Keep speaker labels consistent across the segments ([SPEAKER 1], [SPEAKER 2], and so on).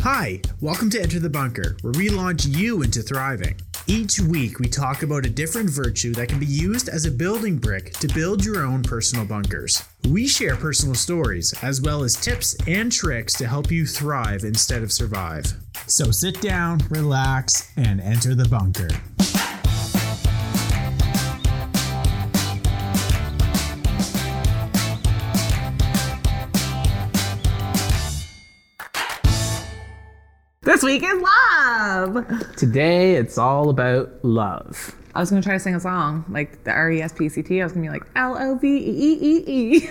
[SPEAKER 1] Hi, welcome to Enter the Bunker, where we launch you into thriving. Each week, we talk about a different virtue that can be used as a building brick to build your own personal bunkers. We share personal stories, as well as tips and tricks to help you thrive instead of survive. So sit down, relax, and enter the bunker.
[SPEAKER 2] This week is love.
[SPEAKER 3] Today, it's all about love.
[SPEAKER 2] I was gonna try to sing a song like the R E S P C T. I was gonna be like L O V E E E E.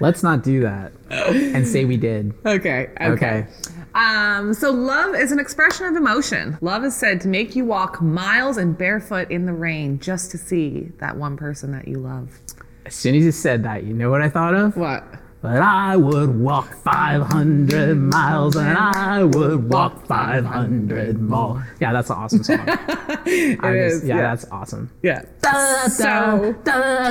[SPEAKER 3] Let's not do that and say we did.
[SPEAKER 2] Okay. Okay.
[SPEAKER 3] Okay.
[SPEAKER 2] Um, so love is an expression of emotion. Love is said to make you walk miles and barefoot in the rain just to see that one person that you love.
[SPEAKER 3] As soon as you said that, you know what I thought of?
[SPEAKER 2] What?
[SPEAKER 3] But I would walk 500 miles and I would walk 500 more. Yeah, that's an awesome song. I
[SPEAKER 2] It
[SPEAKER 3] just-
[SPEAKER 2] is,
[SPEAKER 3] yeah,
[SPEAKER 2] yeah.
[SPEAKER 3] that's awesome.
[SPEAKER 2] Yeah. So
[SPEAKER 3] Yeah,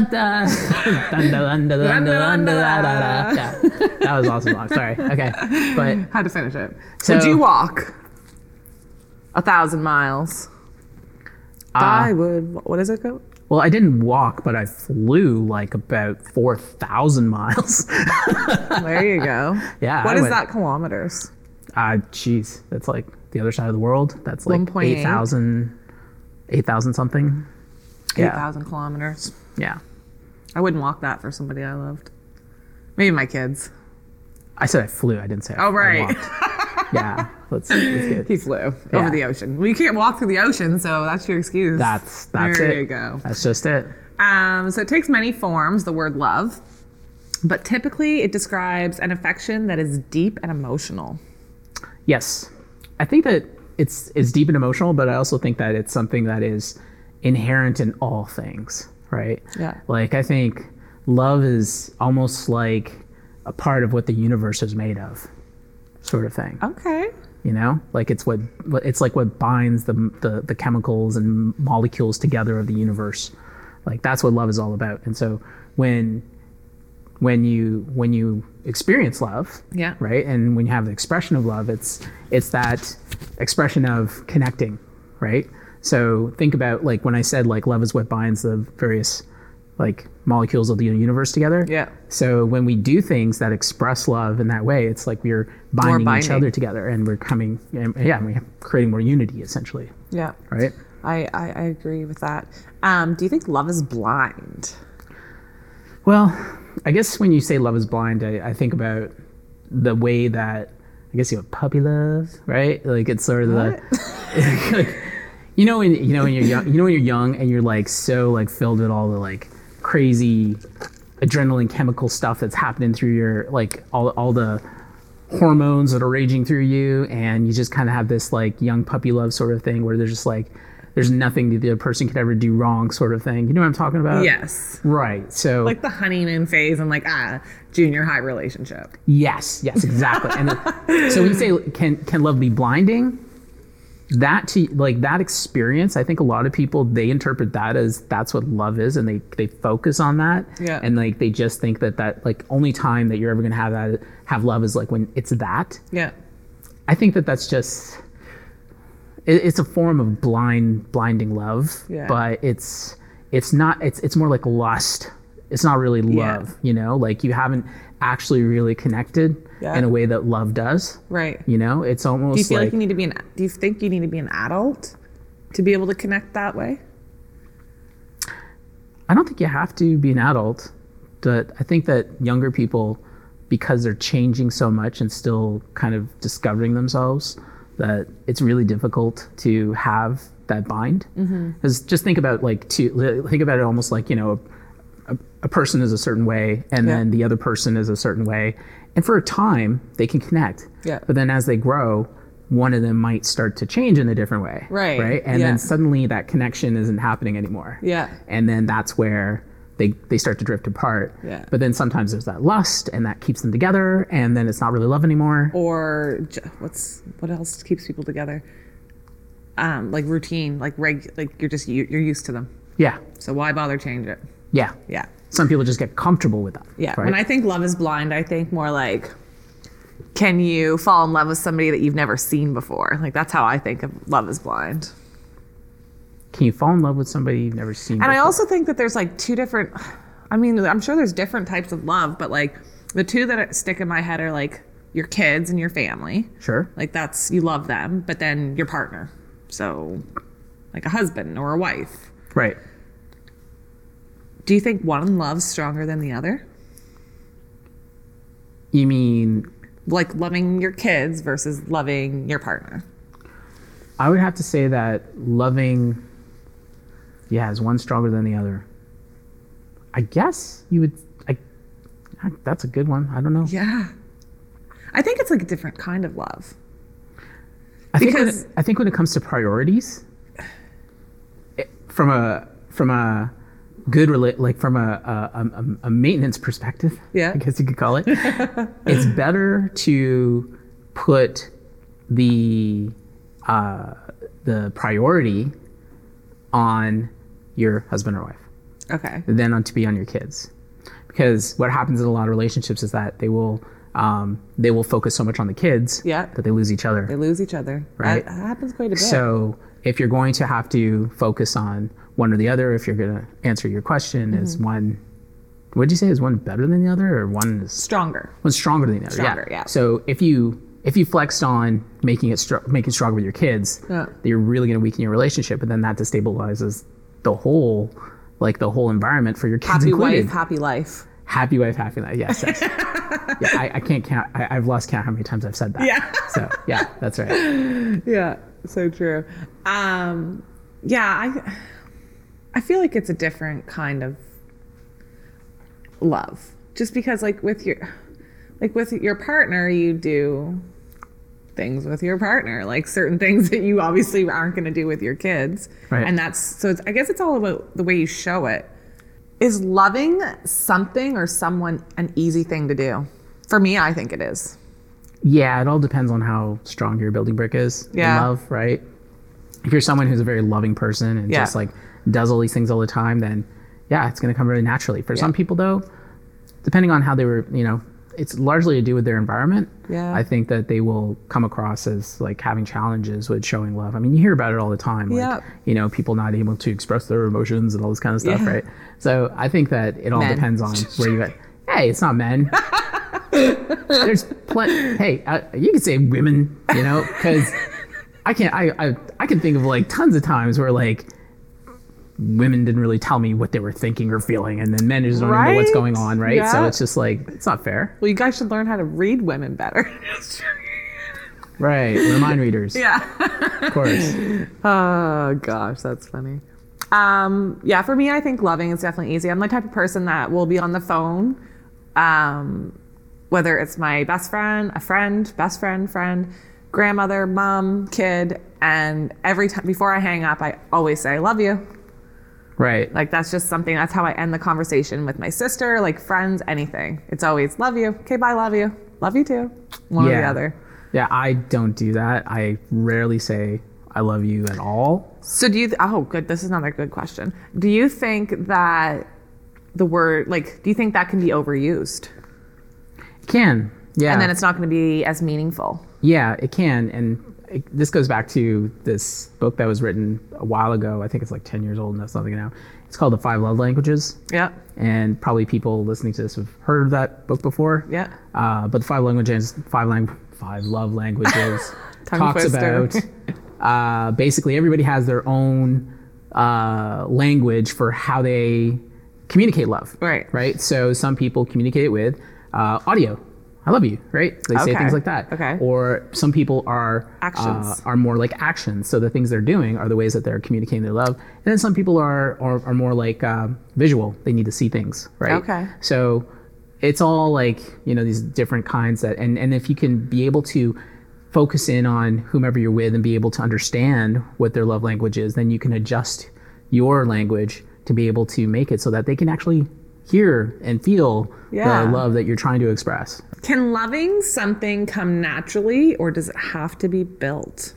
[SPEAKER 3] that was awesome. I'm sorry. Okay. But
[SPEAKER 2] had to finish it.
[SPEAKER 3] So-
[SPEAKER 2] Would you walk a thousand miles? I would. What is it called?
[SPEAKER 3] Well, I didn't walk, but I flew like about 4,000 miles.
[SPEAKER 2] There you go.
[SPEAKER 3] Yeah,
[SPEAKER 2] What
[SPEAKER 3] I
[SPEAKER 2] is
[SPEAKER 3] would.
[SPEAKER 2] that kilometers?
[SPEAKER 3] Ah, jeez. That's like the other side of the world. That's like
[SPEAKER 2] 1.8.
[SPEAKER 3] 8,000 8,000 something.
[SPEAKER 2] Eight
[SPEAKER 3] Yeah.
[SPEAKER 2] thousand kilometers.
[SPEAKER 3] Yeah.
[SPEAKER 2] I wouldn't walk that for somebody I loved. Maybe my kids.
[SPEAKER 3] I said I flew. I didn't say I-
[SPEAKER 2] Oh, right.
[SPEAKER 3] I walked. yeah. Let's, let's
[SPEAKER 2] He
[SPEAKER 3] get
[SPEAKER 2] flew
[SPEAKER 3] Yeah.
[SPEAKER 2] over the ocean. We can't walk through the ocean, so that's your excuse.
[SPEAKER 3] That's, that's
[SPEAKER 2] there
[SPEAKER 3] it.
[SPEAKER 2] you go.
[SPEAKER 3] That's just it.
[SPEAKER 2] Um, so it takes many forms, the word love, but typically it describes an affection that is deep and emotional.
[SPEAKER 3] Yes. I think that it's, it's deep and emotional, but I also think that it's something that is inherent in all things, right?
[SPEAKER 2] Yeah.
[SPEAKER 3] Like, I think love is almost like a part of what the universe is made of, sort of thing.
[SPEAKER 2] Okay.
[SPEAKER 3] You know, like it's what what- it's like what binds the, the the chemicals and molecules together of the universe. Like that's what love is all about. And so when when you when you experience love,
[SPEAKER 2] Yeah.
[SPEAKER 3] right, and when you have the expression of love, it's it's that expression of connecting, right? So think about like when I said like love is what binds the various like molecules of the universe together.
[SPEAKER 2] Yeah.
[SPEAKER 3] So when we do things that express love in that way, it's like we're binding, each
[SPEAKER 2] binding.
[SPEAKER 3] other together and we're coming and, yeah and we're creating more unity essentially
[SPEAKER 2] Yeah.
[SPEAKER 3] right
[SPEAKER 2] I, I, I agree with that. Um, do you think love is blind?
[SPEAKER 3] well i guess when you say love is blind i, I think about the way that i guess you have puppy love right like it's sort of the you know when you know when you're young you know when you're young and you're like so like filled with all the like crazy adrenaline chemical stuff that's happening through your like all, all the hormones that are raging through you and you just kind of have this like young puppy love sort of thing where there's just like there's nothing that the other person could ever do wrong sort of thing you know what i'm talking about
[SPEAKER 2] Yes.
[SPEAKER 3] right so
[SPEAKER 2] Like the honeymoon phase and like ah, junior high relationship.
[SPEAKER 3] yes yes exactly and then- so when you say can can love be blinding that to like that experience i think a lot of people they interpret that as that's what love is and they they focus on that
[SPEAKER 2] Yeah.
[SPEAKER 3] and like they just think that that like only time that you're ever going to have that have love is like when it's that
[SPEAKER 2] Yeah.
[SPEAKER 3] I think that that's just it, it's a form of blind blinding love,
[SPEAKER 2] Yeah.
[SPEAKER 3] but it's it's not it's it's more like lust. It's not really
[SPEAKER 2] Yeah.
[SPEAKER 3] love, you know. Like you haven't actually really connected
[SPEAKER 2] Yeah.
[SPEAKER 3] in a way that love does.
[SPEAKER 2] Right.
[SPEAKER 3] You know, it's almost
[SPEAKER 2] Do you feel like,
[SPEAKER 3] like
[SPEAKER 2] you need to be an? Do you think you need to be an adult to be able to connect that way?
[SPEAKER 3] I don't think you have to be an adult, but I think that younger people, because they're changing so much and still kind of discovering themselves, that it's really difficult to have that bind.
[SPEAKER 2] Mm-hmm.
[SPEAKER 3] Because just think about like to think about it almost like you know, a, a person is a certain way, and
[SPEAKER 2] Yeah.
[SPEAKER 3] then the other person is a certain way, and for a time they can connect.
[SPEAKER 2] Yeah.
[SPEAKER 3] But then as they grow, one of them might start to change in a different way.
[SPEAKER 2] Right,
[SPEAKER 3] Right. And
[SPEAKER 2] yeah.
[SPEAKER 3] then suddenly that connection isn't happening anymore
[SPEAKER 2] Yeah.
[SPEAKER 3] and then that's where they, they start to drift apart.
[SPEAKER 2] Yeah.
[SPEAKER 3] But then sometimes there's that lust, and that keeps them together, and then it's not really love anymore.
[SPEAKER 2] Or j- what's what else keeps people together? Um, like routine, like reg, like you're just you, you're used to them.
[SPEAKER 3] Yeah,
[SPEAKER 2] So why bother change it?
[SPEAKER 3] yeah,
[SPEAKER 2] Yeah.
[SPEAKER 3] Some people just get comfortable with that.
[SPEAKER 2] Yeah.
[SPEAKER 3] right?
[SPEAKER 2] When I think love is blind, I think more like can you fall in love with somebody that you've never seen before? Like that's how I think of Love is Blind.
[SPEAKER 3] Can you fall in love with somebody you've never seen?
[SPEAKER 2] And I
[SPEAKER 3] before?
[SPEAKER 2] also think that there's like two different. I mean, I'm sure there's different types of love, but like the two that stick in my head are like your kids and your family.
[SPEAKER 3] sure.
[SPEAKER 2] Like that's you love them, but then your partner. So, like a husband or a wife.
[SPEAKER 3] Right.
[SPEAKER 2] Do you think one love's stronger than the other?
[SPEAKER 3] You mean
[SPEAKER 2] Like loving your kids versus loving your partner.
[SPEAKER 3] I would have to say that loving, yeah, is one stronger than the other. I guess you would. I, I- that's a good one. I don't know.
[SPEAKER 2] Yeah. I think it's like a different kind of love.
[SPEAKER 3] I think when
[SPEAKER 2] because-
[SPEAKER 3] it, I think when it comes to priorities, it, from a from a good rela- like from a a, a a maintenance perspective,
[SPEAKER 2] Yeah.
[SPEAKER 3] I guess you could call it. it's better to put the uh, the priority on your husband or wife
[SPEAKER 2] Okay.
[SPEAKER 3] than on to be on your kids because what happens in a lot of relationships is that they will um, they will focus so much on the kids
[SPEAKER 2] Yeah.
[SPEAKER 3] that they lose each other
[SPEAKER 2] They lose each other.
[SPEAKER 3] Right.
[SPEAKER 2] That happens quite a bit.
[SPEAKER 3] so if you're going to have to focus on one or the other, if you're going to answer your question, is
[SPEAKER 2] Mm-hmm.
[SPEAKER 3] one, what would you say, is one better than the other, or one is
[SPEAKER 2] Stronger.
[SPEAKER 3] one's stronger than the other?
[SPEAKER 2] Stronger, yeah.
[SPEAKER 3] So if you if you flexed on making it str- making stronger with your kids,
[SPEAKER 2] Yeah.
[SPEAKER 3] you're really going to weaken your relationship, and then that destabilizes the whole like the whole environment for your kids
[SPEAKER 2] Happy
[SPEAKER 3] included.
[SPEAKER 2] wife, happy life.
[SPEAKER 3] happy wife, happy life. Yes. yes. yeah, I, I can't count. I, I've lost count how many times I've said that.
[SPEAKER 2] Yeah.
[SPEAKER 3] So yeah, that's right.
[SPEAKER 2] Yeah, so true. Um, yeah, I I feel like it's a different kind of love. Just because like with your like with your partner you do things with your partner, like certain things that you obviously aren't going to do with your kids.
[SPEAKER 3] Right.
[SPEAKER 2] And that's so it's, I guess it's all about the way you show it. Is loving something or someone an easy thing to do? For me, I think it is.
[SPEAKER 3] Yeah, it all depends on how strong your building brick is. in
[SPEAKER 2] Yeah.
[SPEAKER 3] Love, right? If you're someone who's a very loving person and
[SPEAKER 2] Yeah.
[SPEAKER 3] just like does all these things all the time, then yeah, it's going to come really naturally. For some people, though, depending on how they were, you know, it's largely to do with their environment.
[SPEAKER 2] Yeah.
[SPEAKER 3] I think that they will come across as like having challenges with showing love. I mean, you hear about it all the time. Like,
[SPEAKER 2] Yeah.
[SPEAKER 3] You know, people not able to express their emotions and all this kind of stuff,
[SPEAKER 2] Yeah.
[SPEAKER 3] right? So I think that it all
[SPEAKER 2] Men.
[SPEAKER 3] depends on where you at. Hey, it's not men. There's plenty. Hey, uh, you could say women, you know, because I can't. I, I I can think of like tons of times where like women didn't really tell me what they were thinking or feeling, and then men just don't even know what's
[SPEAKER 2] Right?
[SPEAKER 3] going on, right? So
[SPEAKER 2] Yeah.
[SPEAKER 3] it's just like it's not fair,
[SPEAKER 2] Well, you guys should learn how to read women better.
[SPEAKER 3] right? We're mind readers,
[SPEAKER 2] yeah.
[SPEAKER 3] of course.
[SPEAKER 2] Oh gosh, that's funny. Um, yeah, for me, I think loving is definitely easy. I'm the type of person that will be on the phone, um, whether it's my best friend, a friend, best friend, friend, grandmother, mom, kid, and every time before I hang up, I always say "I love you."
[SPEAKER 3] Right.
[SPEAKER 2] Like that's just something. That's how I end the conversation with my sister, like friends, anything. It's always "love you." Okay, bye, love you, love you too. One or the other.
[SPEAKER 3] Yeah, I don't do that. I rarely say I love you at all.
[SPEAKER 2] So do you? Th- oh, good. This is another good question. Do you think that the word, like, do you think that can be overused,
[SPEAKER 3] Can yeah,
[SPEAKER 2] and then it's not going to be as meaningful?
[SPEAKER 3] Yeah, it can. And it, this goes back to this book that was written a while ago. I think it's like 10 years old and that's something now. It's called The Five Love Languages.
[SPEAKER 2] Yeah.
[SPEAKER 3] And probably people listening to this have heard of that book before.
[SPEAKER 2] Yeah.
[SPEAKER 3] Uh, but the five languages, five lang- five love languages,
[SPEAKER 2] Tongue
[SPEAKER 3] talks
[SPEAKER 2] twister.
[SPEAKER 3] about uh, basically everybody has their own uh, language for how they communicate love.
[SPEAKER 2] Right.
[SPEAKER 3] Right. So some people communicate with uh, audio. I love you. Right. They say
[SPEAKER 2] Okay.
[SPEAKER 3] things like that.
[SPEAKER 2] Okay.
[SPEAKER 3] Or some people are
[SPEAKER 2] Actions.
[SPEAKER 3] uh, are more like actions. So the things they're doing are the ways that they're communicating their love. And then some people are are, are more like um, visual. They need to see things. Right.
[SPEAKER 2] Okay.
[SPEAKER 3] So it's all like you know these different kinds that and and if you can be able to focus in on whomever you're with and be able to understand what their love language is, then you can adjust your language to be able to make it so that they can actually hear and feel
[SPEAKER 2] Yeah.
[SPEAKER 3] the love that you're trying to express.
[SPEAKER 2] Can loving something come naturally, or does it have to be built?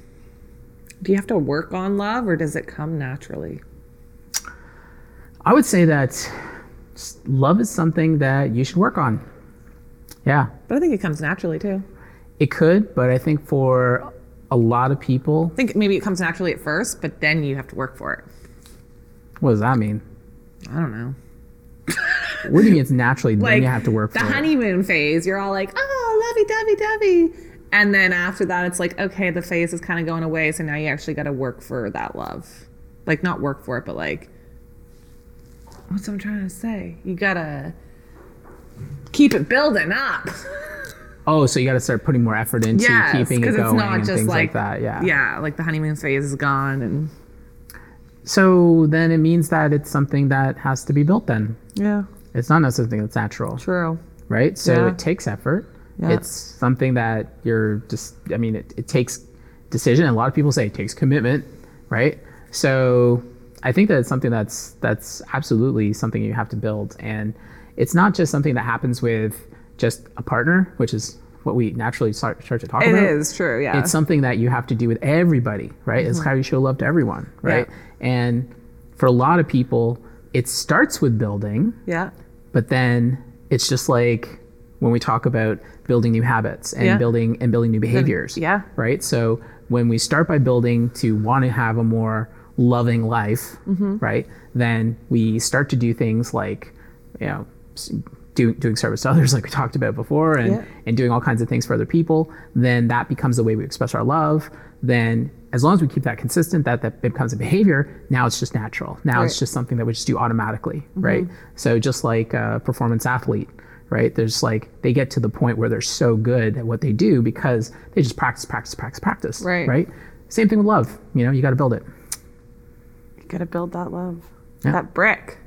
[SPEAKER 2] Do you have to work on love, or does it come naturally?
[SPEAKER 3] I would say that s- love is something that you should work on. Yeah.
[SPEAKER 2] But I think it comes naturally too.
[SPEAKER 3] It could, but I think for a lot of people,
[SPEAKER 2] I think maybe it comes naturally at first, but then you have to work for it.
[SPEAKER 3] what does that mean?
[SPEAKER 2] I don't know.
[SPEAKER 3] What do you mean it's naturally? then you have to work
[SPEAKER 2] the
[SPEAKER 3] for it?
[SPEAKER 2] honeymoon phase. You're all like, oh, lovey dovey dovey. And then after that, it's like, okay, the phase is kind of going away. So now you actually got to work for that love. Like, not work for it, but like, what's I'm trying to say? You got to keep it building up.
[SPEAKER 3] Oh, so you got to start putting more effort into
[SPEAKER 2] Yeah.
[SPEAKER 3] keeping it
[SPEAKER 2] Because
[SPEAKER 3] going
[SPEAKER 2] it's not
[SPEAKER 3] and
[SPEAKER 2] just
[SPEAKER 3] things
[SPEAKER 2] like,
[SPEAKER 3] like, that. Yeah.
[SPEAKER 2] Yeah. Like the honeymoon phase is gone. And
[SPEAKER 3] So then it means that it's something that has to be built. Then
[SPEAKER 2] yeah,
[SPEAKER 3] it's not necessarily something that's natural,
[SPEAKER 2] true.
[SPEAKER 3] right? So
[SPEAKER 2] Yeah.
[SPEAKER 3] it takes effort.
[SPEAKER 2] Yeah.
[SPEAKER 3] It's something that you're just. I mean, it, it takes decision. And a lot of people say it takes commitment, right? So I think that it's something that's that's absolutely something you have to build, and it's not just something that happens with just a partner, which is what we naturally start, start to talk
[SPEAKER 2] It is
[SPEAKER 3] about
[SPEAKER 2] true. Yeah. Mm-hmm.
[SPEAKER 3] it's something that you have to do with everybody, right? It's how you show love to everyone, right? And for a lot of people, it starts with building,
[SPEAKER 2] yeah.
[SPEAKER 3] but then it's just like when we talk about building new habits and
[SPEAKER 2] Yeah.
[SPEAKER 3] building and building new behaviors,
[SPEAKER 2] yeah.
[SPEAKER 3] right? So when we start by building to want to have a more loving life,
[SPEAKER 2] Mm-hmm.
[SPEAKER 3] right? Then we start to do things like, you know. s- do- Doing service to others, like we talked about before, and,
[SPEAKER 2] Yeah.
[SPEAKER 3] and doing all kinds of things for other people, then that becomes the way we express our love. Then, as long as we keep that consistent, that, that becomes a behavior. Now it's just natural. Now
[SPEAKER 2] Right. Mm-hmm.
[SPEAKER 3] it's just something that we just do automatically, right? So, just like a performance athlete, right? There's like, they get to the point where they're so good at what they do because they just practice, practice, practice, practice,
[SPEAKER 2] Right.
[SPEAKER 3] right? Same thing with love. You know, you got to build it,
[SPEAKER 2] You got to build that love,
[SPEAKER 3] Yeah.
[SPEAKER 2] that brick,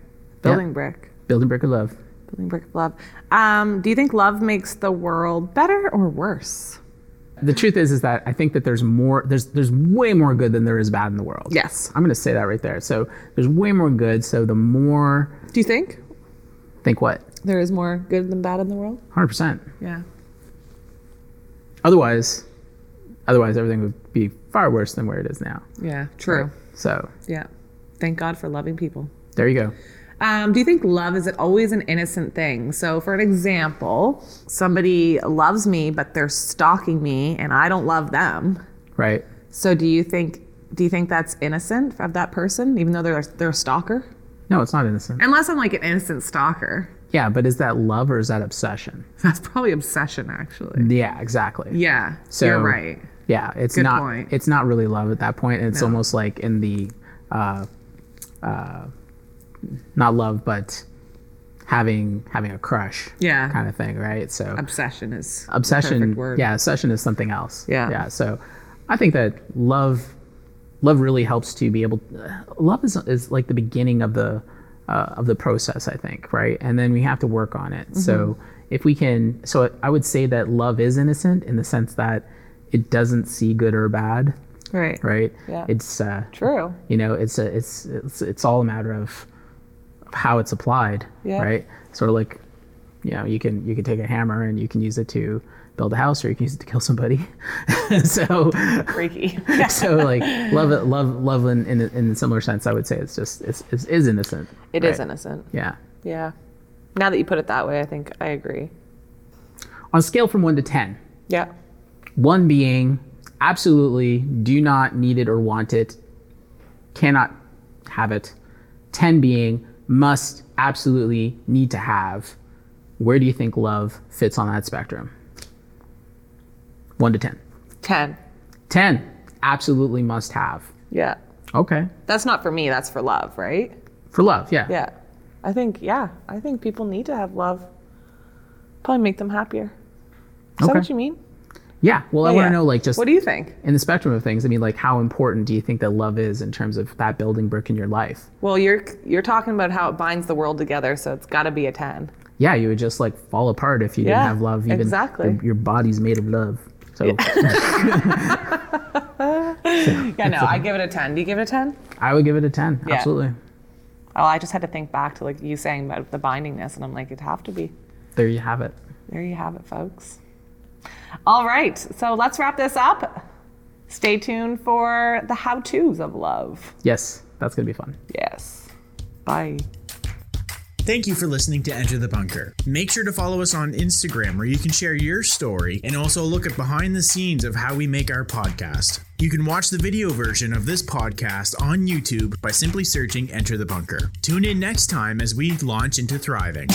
[SPEAKER 2] building brick.
[SPEAKER 3] building brick of love.
[SPEAKER 2] Building brick of love. Um, do you think love makes the world better or worse?
[SPEAKER 3] The truth is, is that I think that there's more, there's there's way more good than there is bad in the world.
[SPEAKER 2] Yes.
[SPEAKER 3] I'm going to say that right there. So there's way more good. So the more,
[SPEAKER 2] Do you think
[SPEAKER 3] think what?
[SPEAKER 2] there is more good than bad in the world?
[SPEAKER 3] 100%.
[SPEAKER 2] Yeah.
[SPEAKER 3] Otherwise, otherwise everything would be far worse than where it is now.
[SPEAKER 2] Yeah. True.
[SPEAKER 3] So
[SPEAKER 2] Yeah. Thank God for loving people.
[SPEAKER 3] there you go.
[SPEAKER 2] Um, do you think love is it always an innocent thing? So, for an example, somebody loves me, but they're stalking me, and I don't love them.
[SPEAKER 3] Right.
[SPEAKER 2] So, do you think do you think that's innocent of that person, even though they're they're a stalker?
[SPEAKER 3] No, it's not innocent.
[SPEAKER 2] Unless I'm like an innocent stalker,
[SPEAKER 3] Yeah, but is that love or is that obsession?
[SPEAKER 2] that's probably obsession, actually.
[SPEAKER 3] Yeah, exactly.
[SPEAKER 2] Yeah,
[SPEAKER 3] So-
[SPEAKER 2] you're right.
[SPEAKER 3] Yeah, it's
[SPEAKER 2] Good
[SPEAKER 3] not
[SPEAKER 2] point.
[SPEAKER 3] it's not really love at that point. It's
[SPEAKER 2] No.
[SPEAKER 3] almost like in the uh uh not love but having having a crush
[SPEAKER 2] Yeah.
[SPEAKER 3] kind of thing, right? So
[SPEAKER 2] Obsession is the
[SPEAKER 3] obsession
[SPEAKER 2] perfect word.
[SPEAKER 3] yeah obsession is something else
[SPEAKER 2] Yeah.
[SPEAKER 3] yeah so i think that love love really helps to be able uh, love is, is like the beginning of the uh, of the process i think right and then we have to work on it
[SPEAKER 2] Mm-hmm.
[SPEAKER 3] so if we can so i would say that love is innocent in the sense that it doesn't see good or bad
[SPEAKER 2] Right.
[SPEAKER 3] right
[SPEAKER 2] Yeah.
[SPEAKER 3] it's uh
[SPEAKER 2] True.
[SPEAKER 3] you know it's a, it's it's it's all a matter of of how it's applied
[SPEAKER 2] Yeah.
[SPEAKER 3] right sort of like you know you can you can take a hammer and you can use it to build a house or you can use it to kill somebody so
[SPEAKER 2] Freaky.
[SPEAKER 3] so like love love love in in, a- in a similar sense i would say it's just it's, it's is innocent
[SPEAKER 2] It is
[SPEAKER 3] right?
[SPEAKER 2] innocent.
[SPEAKER 3] yeah
[SPEAKER 2] Yeah. Now that you put it that way, I think I agree.
[SPEAKER 3] on a scale from 1 to 10
[SPEAKER 2] Yeah.
[SPEAKER 3] one being absolutely do not need it or want it cannot have it 10 being must absolutely need to have where do you think love fits on that spectrum 1 to 10
[SPEAKER 2] Ten.
[SPEAKER 3] 10 absolutely must have
[SPEAKER 2] Yeah.
[SPEAKER 3] okay
[SPEAKER 2] That's not for me. That's for love, right?
[SPEAKER 3] for love yeah
[SPEAKER 2] Yeah. I think yeah. I think people need to have love. Probably make them happier. Is that
[SPEAKER 3] Okay.
[SPEAKER 2] what you mean?
[SPEAKER 3] Yeah, well i
[SPEAKER 2] Yeah, Oh,
[SPEAKER 3] want to
[SPEAKER 2] yeah.
[SPEAKER 3] know like just
[SPEAKER 2] What do you think?
[SPEAKER 3] in the spectrum of things i mean like how important do you think that love is in terms of that building brick in your life
[SPEAKER 2] Well, you're you're talking about how it binds the world together, so it's got to be a ten.
[SPEAKER 3] yeah, you would just like fall apart if you
[SPEAKER 2] Yeah,
[SPEAKER 3] didn't have love. You've been-
[SPEAKER 2] exactly.
[SPEAKER 3] Your, your body's made of love. So
[SPEAKER 2] Yeah, no, I give it a ten. Do you give it a ten?
[SPEAKER 3] I would give it a 10.
[SPEAKER 2] Yeah.
[SPEAKER 3] Absolutely.
[SPEAKER 2] Oh, I just had to think back to like you saying about the bindingness, and I'm like, it'd have to be.
[SPEAKER 3] There you have it.
[SPEAKER 2] There you have it, folks. All right, so let's wrap this up. Stay tuned for the how to's of love.
[SPEAKER 3] Yes, that's going to be fun.
[SPEAKER 2] Yes. Bye.
[SPEAKER 1] Thank you for listening to Enter the Bunker. Make sure to follow us on Instagram where you can share your story and also look at behind the scenes of how we make our podcast. You can watch the video version of this podcast on YouTube by simply searching Enter the Bunker. Tune in next time as we launch into thriving.